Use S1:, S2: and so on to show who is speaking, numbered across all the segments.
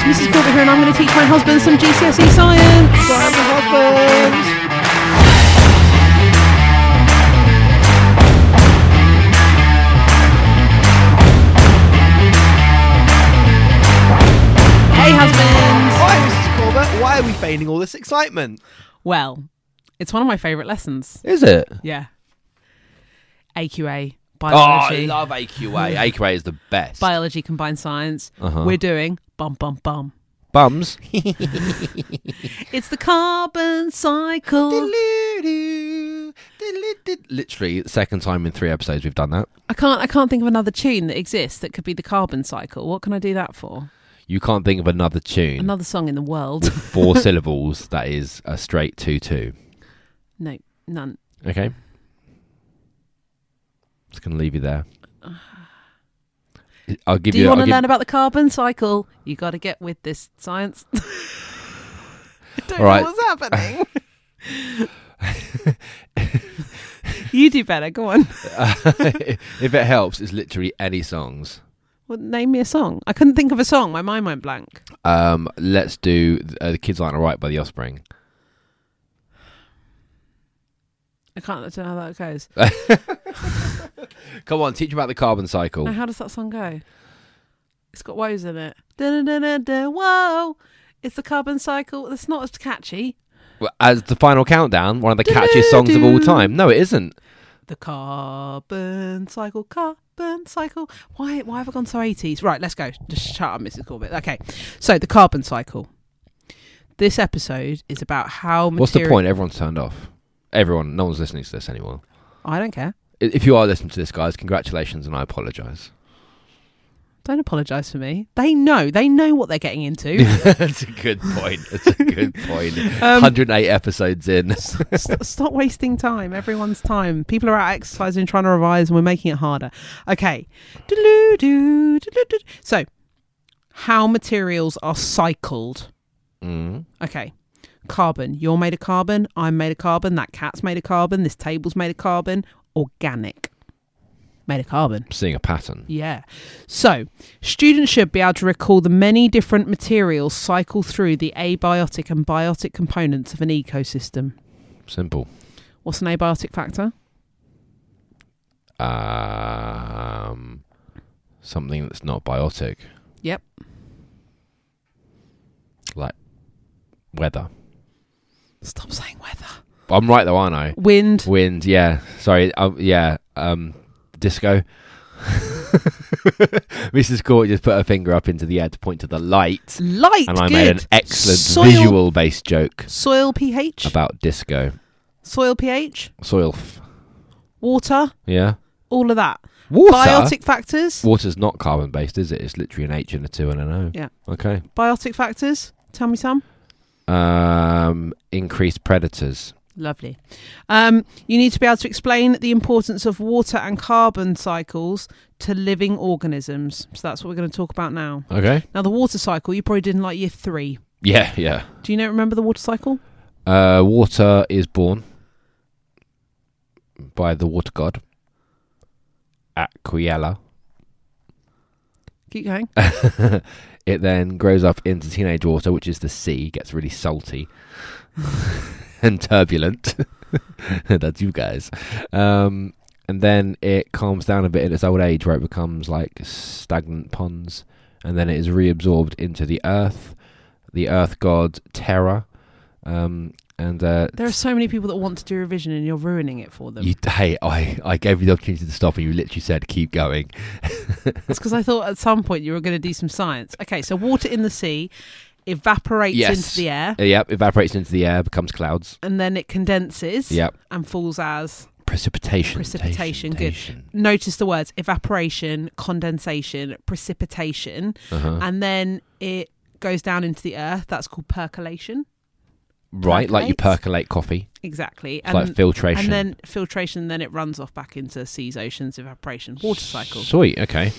S1: and I'm going to teach my husband some GCSE E science.
S2: I'm the husband.
S1: Hey, husband.
S2: Hi, Mrs. Corbett. Why are we feigning all this excitement?
S1: Well, it's one of my favourite lessons.
S2: Is it?
S1: Yeah. AQA
S2: Oh, I
S1: biology.
S2: love AQA. AQA is the best.
S1: biology combined science.
S2: Uh-huh.
S1: We're doing bum bum bum.
S2: Bums.
S1: It's the carbon cycle.
S2: Literally, the second time in three episodes we've done that.
S1: I can't. I can't think of another tune that exists that could be the carbon cycle. What can I do that for?
S2: You can't think of another tune.
S1: Another song in the world?
S2: Four syllables that is a straight 2 2.
S1: no, none.
S2: Okay? Just going to leave you there. I'll give
S1: Do
S2: you.
S1: you want
S2: I'll
S1: to
S2: give-
S1: learn about the carbon cycle? You got to get with this science. I don't
S2: All right.
S1: know what's happening. you do better. Go on.
S2: if it helps, it's literally any songs.
S1: Well, name me a song. I couldn't think of a song. My mind went blank.
S2: Um, let's do uh, "The Kids Aren't Alright" by The Offspring.
S1: I can't. I don't know how that goes.
S2: Oh. Come on, teach me about the carbon cycle.
S1: Now, how does that song go? It's got woes in it. Da-da-da-da-da, whoa! It's the carbon cycle. It's not as catchy.
S2: Well, As the final countdown, one of the catchiest songs of all time. No, it isn't.
S1: The carbon cycle, carbon cycle. Why? Why have I gone so eighties? Right, let's go. Just shut up, Mrs. Corbett. Okay. So the carbon cycle. This episode is about how. Materi-
S2: What's the point? Everyone's turned off. Everyone, no one's listening to this anymore.
S1: I don't care.
S2: I- If you are listening to this, guys, congratulations, and I apologise.
S1: Don't apologise for me. They know. They know what they're getting into.
S2: That's a good point. That's a good point.
S1: Um,
S2: 108 episodes in.
S1: St- Stop wasting time, everyone's time. People are out exercising, trying to revise, and we're making it harder. Okay. Doo-doo-doo, doo-doo-doo. So, how materials are cycled.
S2: Mm.
S1: Okay. Carbon. You're made of carbon. I'm made of carbon. That cat's made of carbon. This table's made of carbon. Organic. Made of carbon.
S2: Seeing a pattern.
S1: Yeah. So, students should be able to recall the many different materials cycle through the abiotic and biotic components of an ecosystem.
S2: Simple.
S1: What's an abiotic factor?
S2: Um, something that's not biotic,
S1: Yep.
S2: like weather.
S1: Stop saying weather.
S2: I'm right though, aren't I?
S1: Wind.
S2: Wind, yeah. Sorry, um, yeah. Um, disco. Mrs. Court just put her finger up into the air to point to the light,
S1: Light.
S2: and I
S1: good.
S2: made an excellent
S1: Soil-
S2: visual-based joke
S1: Soil pH.
S2: about disco
S1: Soil pH.
S2: soil. F-
S1: Water.
S2: yeah,
S1: All of that.
S2: water.
S1: Biotic factors.
S2: Water's not carbon-based, is it? It's literally an H and a two and an O.
S1: Yeah.
S2: Okay.
S1: Biotic factors. Tell me some.
S2: Um, increased predators.
S1: Lovely. Um, you need to be able to explain the importance of water and carbon cycles to living organisms. So that's what we're going to talk about now.
S2: Okay.
S1: Now, the water cycle, you probably did in like year three.
S2: Yeah, yeah.
S1: Do you know, remember the water cycle?
S2: Uh, water is born by the water god Aquiella.
S1: Keep going.
S2: It then grows up into teenage water, which is the sea, gets really salty and turbulent. That's you guys. Um, and then it calms down a bit in its old age, where it becomes like stagnant ponds, and then it is reabsorbed into the earth, the earth god Terra, um, and uh,
S1: There are so many people that want to do revision and you're ruining it for them.
S2: You, hey, I, I gave you the opportunity to stop, and you literally said, "Keep going."
S1: That's because I thought at some point you were going to do some science. Okay, so water in the sea evaporates
S2: Yes.
S1: into the air
S2: Uh, yep, evaporates into the air, becomes clouds.
S1: and then it condenses
S2: Yep,
S1: and falls as.
S2: precipitation.
S1: Precipitation, good.
S2: Tation.
S1: Notice the words evaporation, condensation, precipitation,
S2: Uh-huh.
S1: and then it goes down into the earth. That's called percolation.
S2: Right, like you
S1: percolates.
S2: percolate coffee,
S1: Exactly.
S2: it's like filtration.
S1: and then filtration, then it runs off back into seas, oceans, evaporation, water cycle.
S2: Sweet. Okay.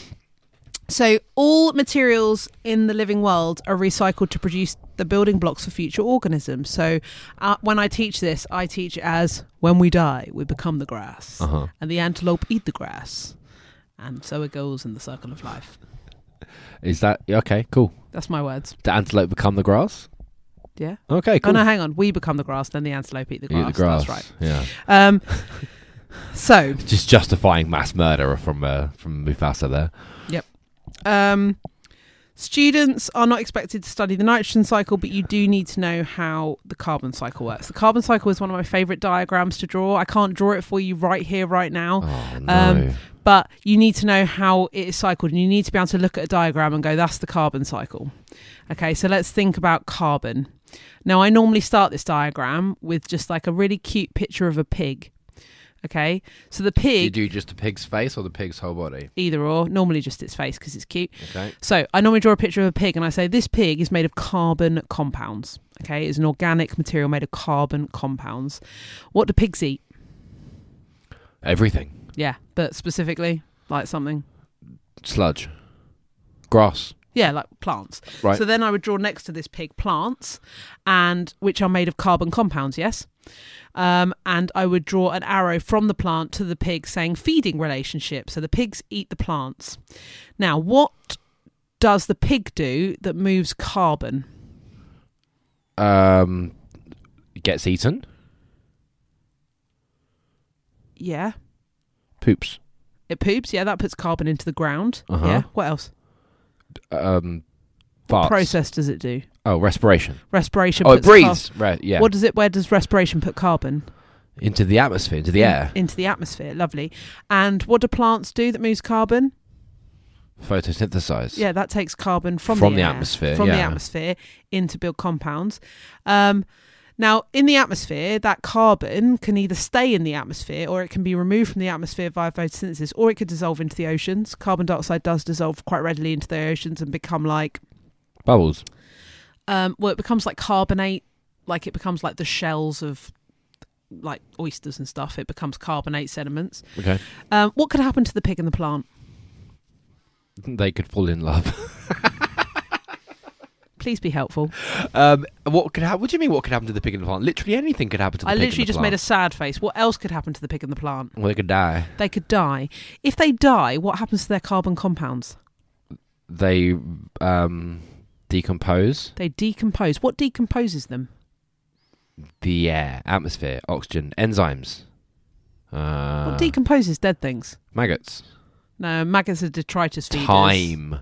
S1: So, all materials in the living world are recycled to produce the building blocks for future organisms. So, uh, when I teach this, I teach it as when we die, we become the grass,
S2: Uh huh.
S1: and the antelope eat the grass. And so it goes in the circle of life.
S2: Is that okay? Cool.
S1: That's my words.
S2: The antelope become the grass.
S1: Yeah.
S2: Okay. Cool.
S1: Oh no, hang on. We become the grass, then the antelope eat the
S2: Eat
S1: grass. That's right.
S2: Yeah.
S1: Um, so
S2: Just justifying mass murder from uh, from Mufasa there.
S1: Um, students are not expected to study the nitrogen cycle, but you do need to know how the carbon cycle works. The carbon cycle is one of my favourite diagrams to draw. I can't draw it for you right here, right now,
S2: Oh no.
S1: Um, but you need to know how it is cycled and you need to be able to look at a diagram and go, that's the carbon cycle. Okay, so let's think about carbon. Now, I normally start this diagram with just like a really cute picture of a pig. Okay, so the
S2: do you
S1: pig,
S2: do just the pig's face or the pig's whole body?
S1: either or, normally just its face because it's cute.
S2: Okay.
S1: So I normally draw a picture of a pig and I say this pig is made of carbon compounds. Okay, it's an organic material made of carbon compounds. What do pigs eat?
S2: Everything.
S1: Yeah, but specifically like something.
S2: Sludge. Grass.
S1: Yeah, like plants.
S2: Right.
S1: So then I would draw next to this pig plants, and which are made of carbon compounds. Yes, um, and I would draw an arrow from the plant to the pig, saying feeding relationship. So the pigs eat the plants. Now, what does the pig do that moves carbon?
S2: Um, gets eaten.
S1: Yeah.
S2: Poops.
S1: It poops, yeah, that puts carbon into the ground.
S2: Uh-huh.
S1: Yeah. What else?
S2: Um, farts.
S1: Process does it do?
S2: Oh, respiration.
S1: Respiration
S2: oh, it
S1: puts
S2: breathes. Re- yeah.
S1: car- What does it where does respiration put carbon?
S2: Into the atmosphere, into the
S1: In-
S2: air.
S1: into the atmosphere. Lovely. And what do plants do that moves carbon?
S2: Photosynthesize.
S1: Yeah, that takes carbon from,
S2: From
S1: the,
S2: the
S1: air,
S2: atmosphere,
S1: From the
S2: yeah.
S1: atmosphere in to build compounds. Um, now, in the atmosphere, that carbon can either stay in the atmosphere or it can be removed from the atmosphere via photosynthesis or it could dissolve into the oceans. Carbon dioxide does dissolve quite readily into the oceans and become like
S2: Bubbles.
S1: um, well, it becomes like carbonate, like it becomes like the shells of like oysters and stuff. It becomes carbonate sediments.
S2: Okay.
S1: Um, what could happen to the pig and the plant?
S2: They could fall in love.
S1: Please be helpful.
S2: Um, what could happen? What do you mean? What could happen to the pig and the plant? Literally anything could happen to the
S1: I
S2: pig.
S1: literally
S2: and the
S1: just made a sad face. What else could happen to the pig and the plant?
S2: a. Well, they could die.
S1: They could die. If they die, what happens to their carbon compounds?
S2: They um, decompose
S1: They decompose. What decomposes them?
S2: the air, atmosphere, oxygen, enzymes. Uh,
S1: what decomposes dead things?
S2: maggots.
S1: No, maggots are detritus feeders.
S2: Time.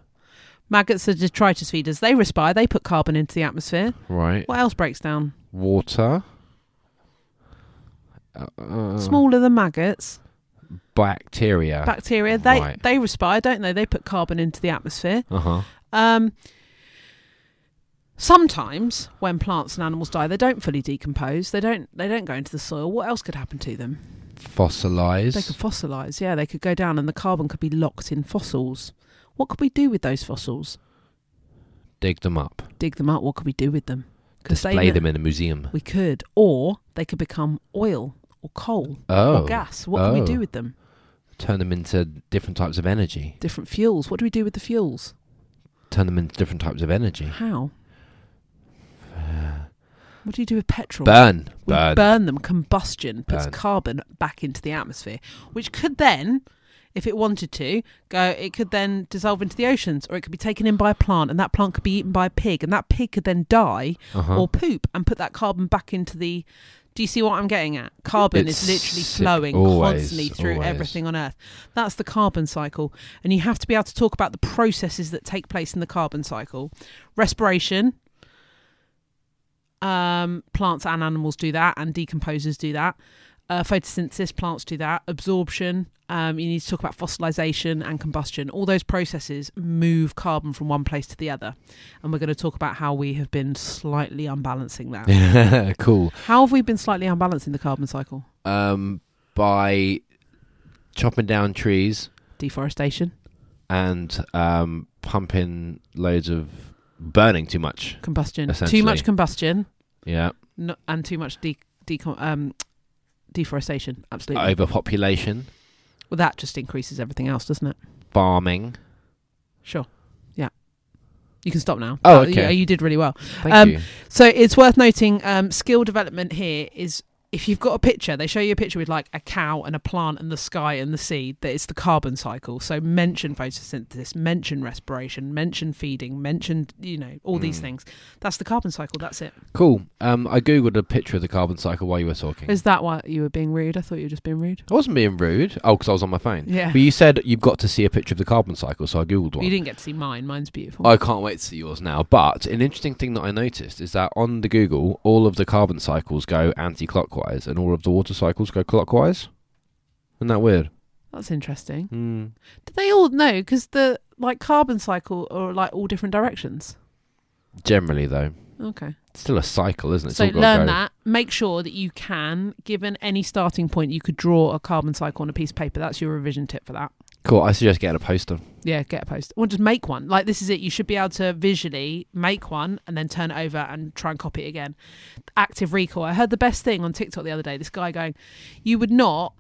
S1: Maggots are detritus feeders. They respire. They put carbon into the atmosphere.
S2: Right.
S1: What else breaks down?
S2: Water. Uh, uh,
S1: Smaller than maggots.
S2: bacteria.
S1: bacteria they
S2: Right.
S1: they respire don't they they put carbon into the atmosphere
S2: uh huh.
S1: um sometimes when plants and animals die they don't fully decompose they don't they don't go into the soil what else could happen to them they could
S2: Fossilize.
S1: fossilize yeah they could go down and the carbon could be locked in fossils what could we do with those fossils
S2: Dig them up.
S1: dig them up what could we do with them 'Cause they
S2: Display
S1: kn-
S2: them in a museum.
S1: we could or they could become oil or coal
S2: Oh.
S1: or gas what can
S2: Oh.
S1: we do with them
S2: Turn them into different types of energy.
S1: different fuels what do we do with the fuels
S2: Turn them into different types of energy.
S1: how what do you do with petrol
S2: Burn.
S1: We
S2: Burn.
S1: burn. them. Combustion puts
S2: Burn.
S1: carbon back into the atmosphere, which could then, if it wanted to, go. It could then dissolve into the oceans, or it could be taken in by a plant, and that plant could be eaten by a pig, and that pig could then die
S2: Uh-huh.
S1: or poop and put that carbon back into the. Do you see what I'm getting at? Carbon
S2: It's
S1: is literally
S2: sick.
S1: flowing
S2: Always,
S1: constantly through
S2: always.
S1: everything on Earth. That's the carbon cycle, and you have to be able to talk about the processes that take place in the carbon cycle. Respiration, um, plants and animals do that, and decomposers do that. Uh, photosynthesis, plants do that. Absorption, um, you need to talk about fossilization and combustion. All those processes move carbon from one place to the other. And we're going to talk about how we have been slightly unbalancing that.
S2: cool.
S1: how have we been slightly unbalancing the carbon cycle?
S2: Um, by chopping down trees
S1: Deforestation,
S2: and um, pumping loads of burning too much.
S1: combustion,
S2: Essentially.
S1: too much combustion,
S2: Yeah.
S1: no, and too much de- decom- um, deforestation. Absolutely.
S2: Overpopulation,
S1: well, that just increases everything else, doesn't it?
S2: farming.
S1: Sure. Yeah. You can stop now. Uh,
S2: Oh,
S1: That-
S2: okay.
S1: You, you did really well.
S2: Thank
S1: Um,
S2: you.
S1: So it's worth noting um, skill development here is if you've got a picture, they show you a picture with like a cow and a plant and the sky and the sea, that it's the carbon cycle. So mention photosynthesis, mention respiration, mention feeding, mention, you know, all these
S2: Mm.
S1: things. That's the carbon cycle. That's it.
S2: Cool. Um, I googled a picture of the carbon cycle while you were talking.
S1: Is that why you were being rude? I thought you were just being rude.
S2: I wasn't being rude. Oh, because I was on my phone.
S1: Yeah.
S2: But you said you've got to see a picture of the carbon cycle, so I googled one.
S1: You didn't get to see mine. Mine's beautiful.
S2: I can't wait to see yours now. But an interesting thing that I noticed is that on the Google, all of the carbon cycles go anti-clockwise, and all of the water cycles go clockwise. Isn't that weird?
S1: That's interesting.
S2: Hmm.
S1: Do they all know? Because the like carbon cycle are like all different directions.
S2: Generally, though,
S1: Okay.
S2: it's still a cycle, isn't it? It's
S1: so
S2: all gotta
S1: learn
S2: go.
S1: that. Make sure that you can, given any starting point, you could draw a carbon cycle on a piece of paper. That's your revision tip for that.
S2: Cool. I suggest getting a poster.
S1: Yeah, get a post. Or just make one. Like this is it. You should be able to visually make one and then turn it over and try and copy it again. Active recall. I heard the best thing on TikTok the other day. This guy going, "You would not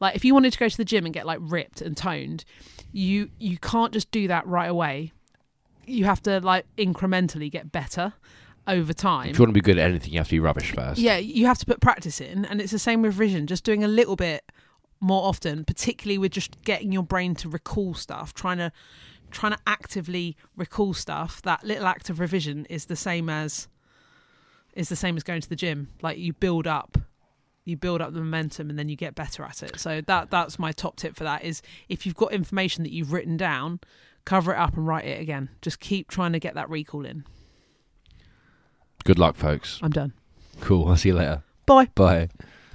S1: like if you wanted to go to the gym and get like ripped and toned, you you can't just do that right away. You have to like incrementally get better over time."
S2: If you want to be good at anything, you have to be rubbish first.
S1: Yeah, you have to put practice in, and it's the same with vision. Just doing a little bit more often, particularly with just getting your brain to recall stuff, trying to trying to actively recall stuff. That little act of revision is the same as is the same as going to the gym. Like you build up you build up the momentum and then you get better at it. So that that's my top tip for that is if you've got information that you've written down, cover it up and write it again. Just keep trying to get that recall in.
S2: Good luck, folks.
S1: I'm done.
S2: Cool. I'll see you later.
S1: Bye.
S2: Bye.